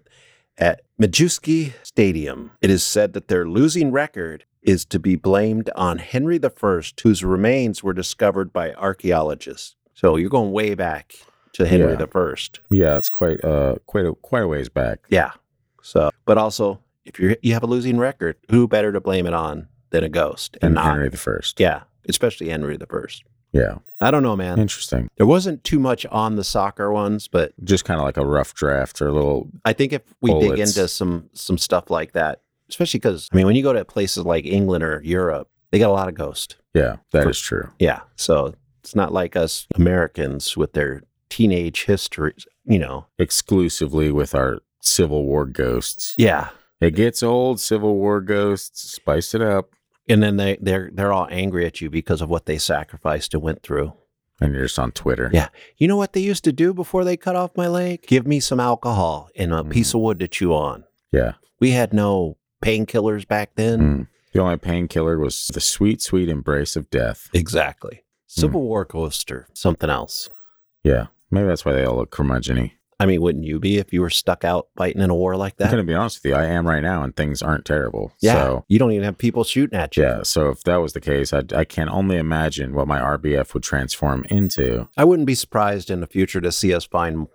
at Majewski Stadium, it is said that their losing record is to be blamed on Henry I, whose remains were discovered by archaeologists. So you're going way back to Henry Yeah. I. Yeah, it's quite uh quite a quite a ways back. Yeah. So, but also, if you you have a losing record, who better to blame it on than a ghost and, And not Henry the First. Yeah, especially Henry the First. Yeah. I don't know, man. Interesting. There wasn't too much on the soccer ones, but Just kind of like a rough draft or a little I think if we dig Bullets. into some some stuff like that, especially because I mean, when you go to places like England or Europe, they got a lot of ghosts. yeah, that For- is true. Yeah, so it's not like us Americans with their teenage histories. You know, Exclusively with our Civil War ghosts. yeah, It gets old, Civil War ghosts, spice it up. and then they they're they're all angry at you because of what they sacrificed and went through. And you're just on Twitter. Yeah. You know what they used to do before they cut off my leg? Give me some alcohol and a Mm. piece of wood to chew on. Yeah. We had no painkillers back then. Mm. The only painkiller was the sweet, sweet embrace of death. Mm. Exactly. Civil War coaster, something else. Yeah. Maybe that's why they all look curmudgeon I mean, wouldn't you be if you were stuck out fighting in a war like I'm that? going to be honest with you. I am right now, and things aren't terrible. Yeah. So, you don't even have people shooting at you. yeah. So, if that was the case, I, I can only imagine what my RBF would transform into. I wouldn't be surprised in the future to see us find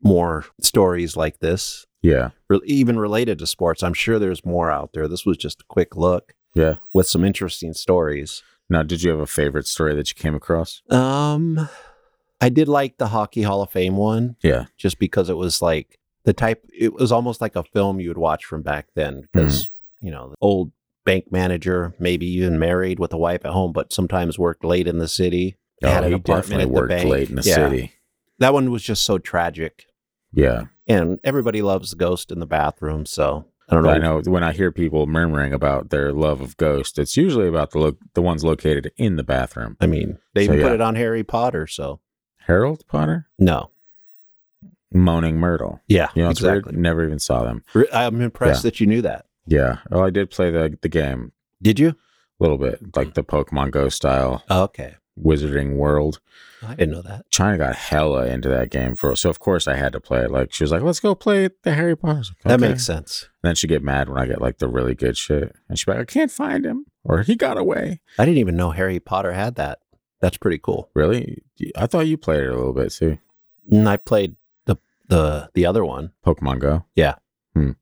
more stories like this, Yeah. re- even related to sports. I'm sure there's more out there. This was just a quick look Yeah. with some interesting stories. Now, did you have a favorite story that you came across? Um, I did like the Hockey Hall of Fame one Yeah. just because it was like the type. It was almost like a film you would watch from back then Hmm. because you know the old bank manager, maybe even married with a wife at home, but sometimes worked late in the city. They had Oh, an he apartment definitely at the worked bank. late in the Yeah. city. That one was just so tragic, Yeah. and everybody loves the ghost in the bathroom. So I don't know. I know when I hear people murmuring about their love of ghosts, it's usually about the lo- the ones located in the bathroom. I mean, they So, even put yeah. it on Harry Potter. So Harold Potter, no, Moaning Myrtle. yeah, You know, it's exactly. weird. Never even saw them. Re- I'm impressed that you knew that. Yeah. Oh, I did play the the game Did you? a little Hmm. bit, like the Pokemon Go style Oh, okay, Wizarding World. I didn't know that. China got hella into that game for so of course I had to play it. Like she was like, "Let's go play the Harry Potter." I was like, That "Okay." makes sense. And then she get mad when I get like the really good shit, and she's like, "I can't find him," or "He got away." I didn't even know Harry Potter had that. That's pretty cool. Really? I thought you played it a little bit too. And I played the the the other one. Pokemon Go. Yeah. Hmm.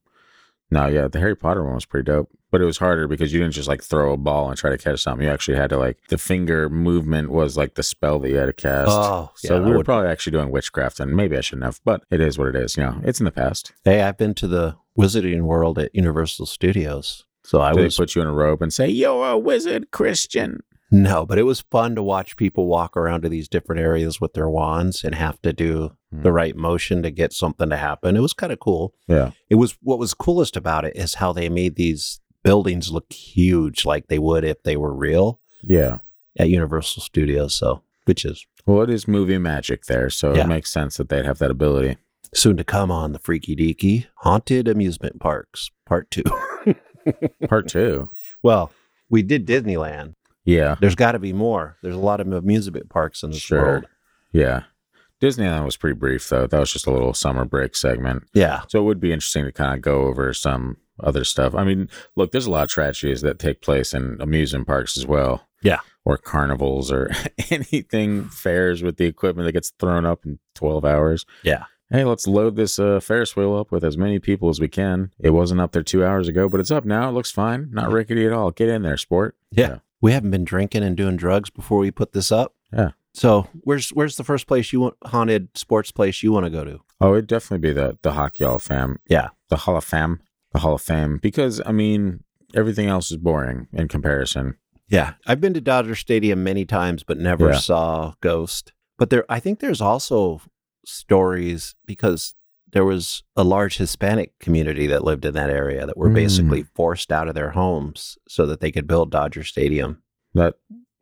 No, yeah, the Harry Potter one was pretty dope, but it was harder because you didn't just like throw a ball and try to catch something. You actually had to like the finger movement was like the spell that you had to cast. Oh, yeah. so I we were would- probably actually doing witchcraft, and maybe I shouldn't have, but it is what it is. You know, it's in the past. hey, I've been to the Wizarding World at Universal Studios, so I I would was put you in a robe and say, "You're a wizard, Christian." no, but it was fun to watch people walk around to these different areas with their wands and have to do Hmm. the right motion to get something to happen. It was kind of cool. Yeah. It was what was coolest about it is how they made these buildings look huge, like they would if they were real Yeah. at Universal Studios. So, which is Well, it is movie magic there, so Yeah. it makes sense that they'd have that ability. Soon to come on the Freaky Deaky Haunted Amusement Parks, Part Two. Part two. well, we did Disneyland. Yeah. There's got to be more. There's a lot of amusement parks in this Sure. world. Yeah. Disneyland was pretty brief, though. That was just a little summer break segment. Yeah. So it would be interesting to kind of go over some other stuff. I mean, look, there's a lot of tragedies that take place in amusement parks as well. Yeah. or carnivals or anything fairs with the equipment that gets thrown up in 12 hours. Yeah. Hey, let's load this uh, Ferris wheel up with as many people as we can. It wasn't up there two hours ago, but it's up now. It looks fine. Not rickety at all. Get in there, sport. Yeah. We haven't been drinking and doing drugs before we put this up. Yeah. So where's where's the first place you want haunted sports place you want to go to? Oh, it'd definitely be the the hockey hall of fame. Yeah. the hall of fame, the hall of fame. Because I mean, everything else is boring in comparison. Yeah. I've been to Dodger Stadium many times but never Yeah. saw Ghost. But there I think there's also stories because there was a large Hispanic community that lived in that area that were Mm. basically forced out of their homes so that they could build Dodger Stadium. That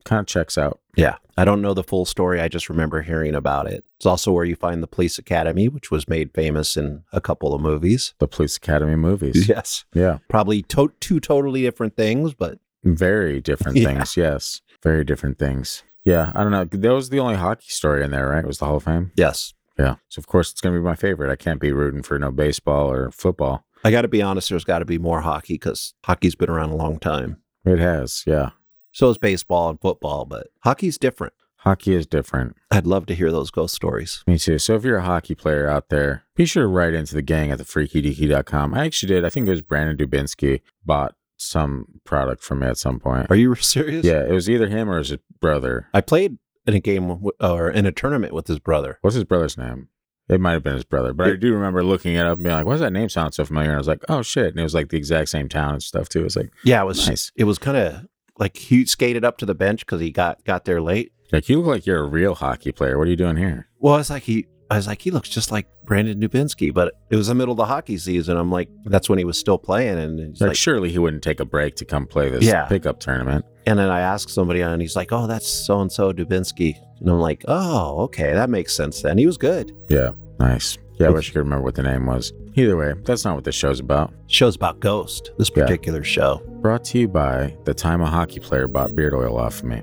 kind of checks out. Yeah. I don't know the full story. I just remember hearing about it. It's also where you find the police academy, which was made famous in a couple of movies. The Police Academy movies. Yes. Yeah. Probably to- two totally different things, but Very different Yeah. things. Yes. Very different things. Yeah. I don't know. That was the only hockey story in there, right? Was the Hall of Fame. yes. Yeah. So of course it's gonna be my favorite. I can't be rooting for no baseball or football. I got to be honest, there's got to be more hockey because hockey's been around a long time. It has, yeah. So is baseball and football, but hockey's different. Hockey is different. I'd love to hear those ghost stories. Me too. So if you're a hockey player out there, be sure to write into the gang at thefreakydeaky.com. I actually did. I think it was Brandon Dubinsky bought some product from me at some point. Are you serious? Yeah, it was either him or his brother. I played in a game w- or in a tournament with his brother. What's his brother's name? It might have been his brother, but I do remember looking it up and being like, why does that name sound so familiar? And I was like, oh shit. And it was like the exact same town and stuff too. It's like, Yeah, it was. Nice. It was kind of like he skated up to the bench because he got got there late. like, you look like you're a real hockey player. What are you doing here? Well, I was like he. I was like, he looks just like Brandon Dubinsky, but it was the middle of the hockey season. I'm like, that's when he was still playing, and he's Like, like, surely he wouldn't take a break to come play this Yeah. pickup tournament. And then I asked somebody, and he's like, "Oh, that's so and so Dubinsky," and I'm like, "Oh, okay, that makes sense." Then he was good. Yeah, nice. Yeah, I wish I could remember what the name was. Either way, that's not what this show's about. Show's about Ghost. This Yeah. particular show. Brought to you by the time a hockey player bought beard oil off of me.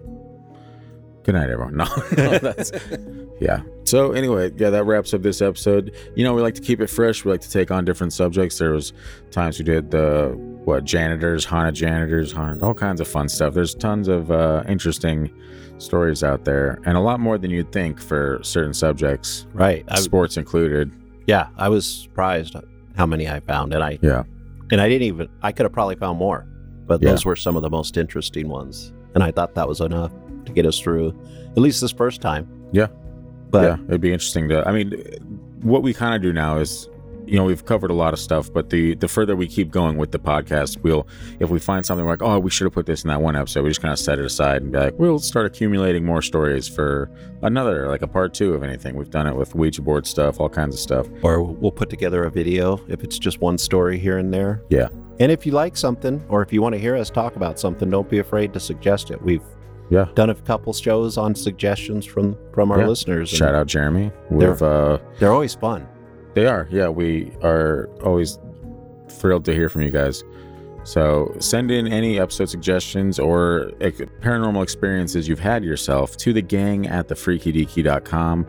Good night, everyone. No, no, that's yeah. So anyway, yeah, that wraps up this episode. You know, we like to keep it fresh. We like to take on different subjects. There was times we did the what janitors, haunted janitors, haunted all kinds of fun stuff. There's tons of uh, interesting stories out there, and a lot more than you'd think for certain subjects, Right. I, sports included. yeah, I was surprised how many I found, and I Yeah. and I didn't even. I could have probably found more, but Yeah. those were some of the most interesting ones, and I thought that was enough to get us through at least this first time. Yeah. But yeah, it'd be interesting to. I mean, what we kind of do now is, you know, we've covered a lot of stuff, but the the further we keep going with the podcast, we'll if we find something we're like, oh, we should have put this in that one episode, we just kind of set it aside and be like, we'll start accumulating more stories for another, like a part two of anything. We've done it with Ouija board stuff, all kinds of stuff. or we'll put together a video if it's just one story here and there. Yeah. And if you like something or if you want to hear us talk about something, don't be afraid to suggest it. We've Yeah. done a couple shows on suggestions from from our Yeah. listeners. and Shout out Jeremy. We've uh, They're always fun. They are. Yeah, we are always thrilled to hear from you guys. So send in any episode suggestions or ex- paranormal experiences you've had yourself to the gang at thefreakydeaky.com.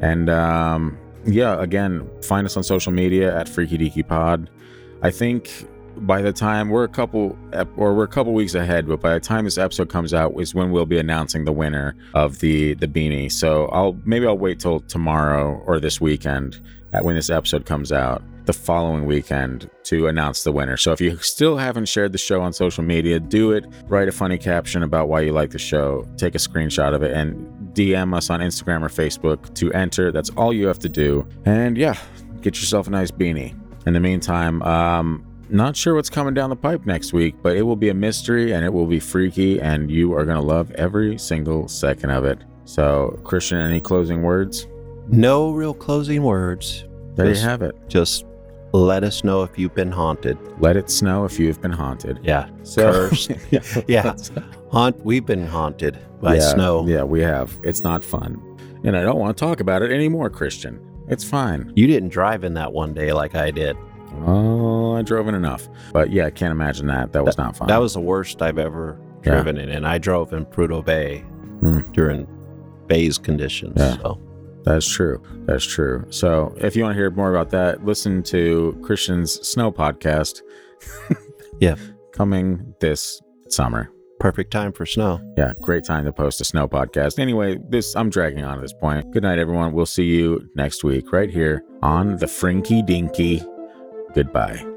And um, yeah, again, find us on social media at Freaky Deaky Pod. I think by the time we're a couple ep- or we're a couple weeks ahead, but by the time this episode comes out is when we'll be announcing the winner of the the beanie. So I'll maybe I'll wait till tomorrow or this weekend at when this episode comes out the following weekend to announce the winner. So if you still haven't shared the show on social media, do it. Write a funny caption about why you like the show, take a screenshot of it, and DM us on Instagram or Facebook to enter. That's all you have to do. And yeah, get yourself a nice beanie. In the meantime, um, not sure what's coming down the pipe next week, but it will be a mystery and it will be freaky, and you are going to love every single second of it. So, Christian, any closing words? No real closing words. There you Yes. have it. Just let us know if you've been haunted. Let it snow if you've been haunted. Yeah. So, Cursed. yeah. Haunt we've been haunted by yeah, snow. Yeah, we have. It's not fun. And I don't want to talk about it anymore, Christian. It's fine. You didn't drive in that one day like I did. Oh, I drove in enough. But yeah, I can't imagine that. That was not fun. That was the worst I've ever Yeah. driven in, and I drove in Prudhoe Bay Hmm. during Bay's conditions. Yeah. So That's true. That's true. So if you want to hear more about that, listen to Christian's snow podcast. Yeah. Coming this summer. Perfect time for snow. Yeah, great time to post a snow podcast. Anyway, this I'm dragging on at this point. Good night, everyone. We'll see you next week right here on the Frinky Dinky. Goodbye.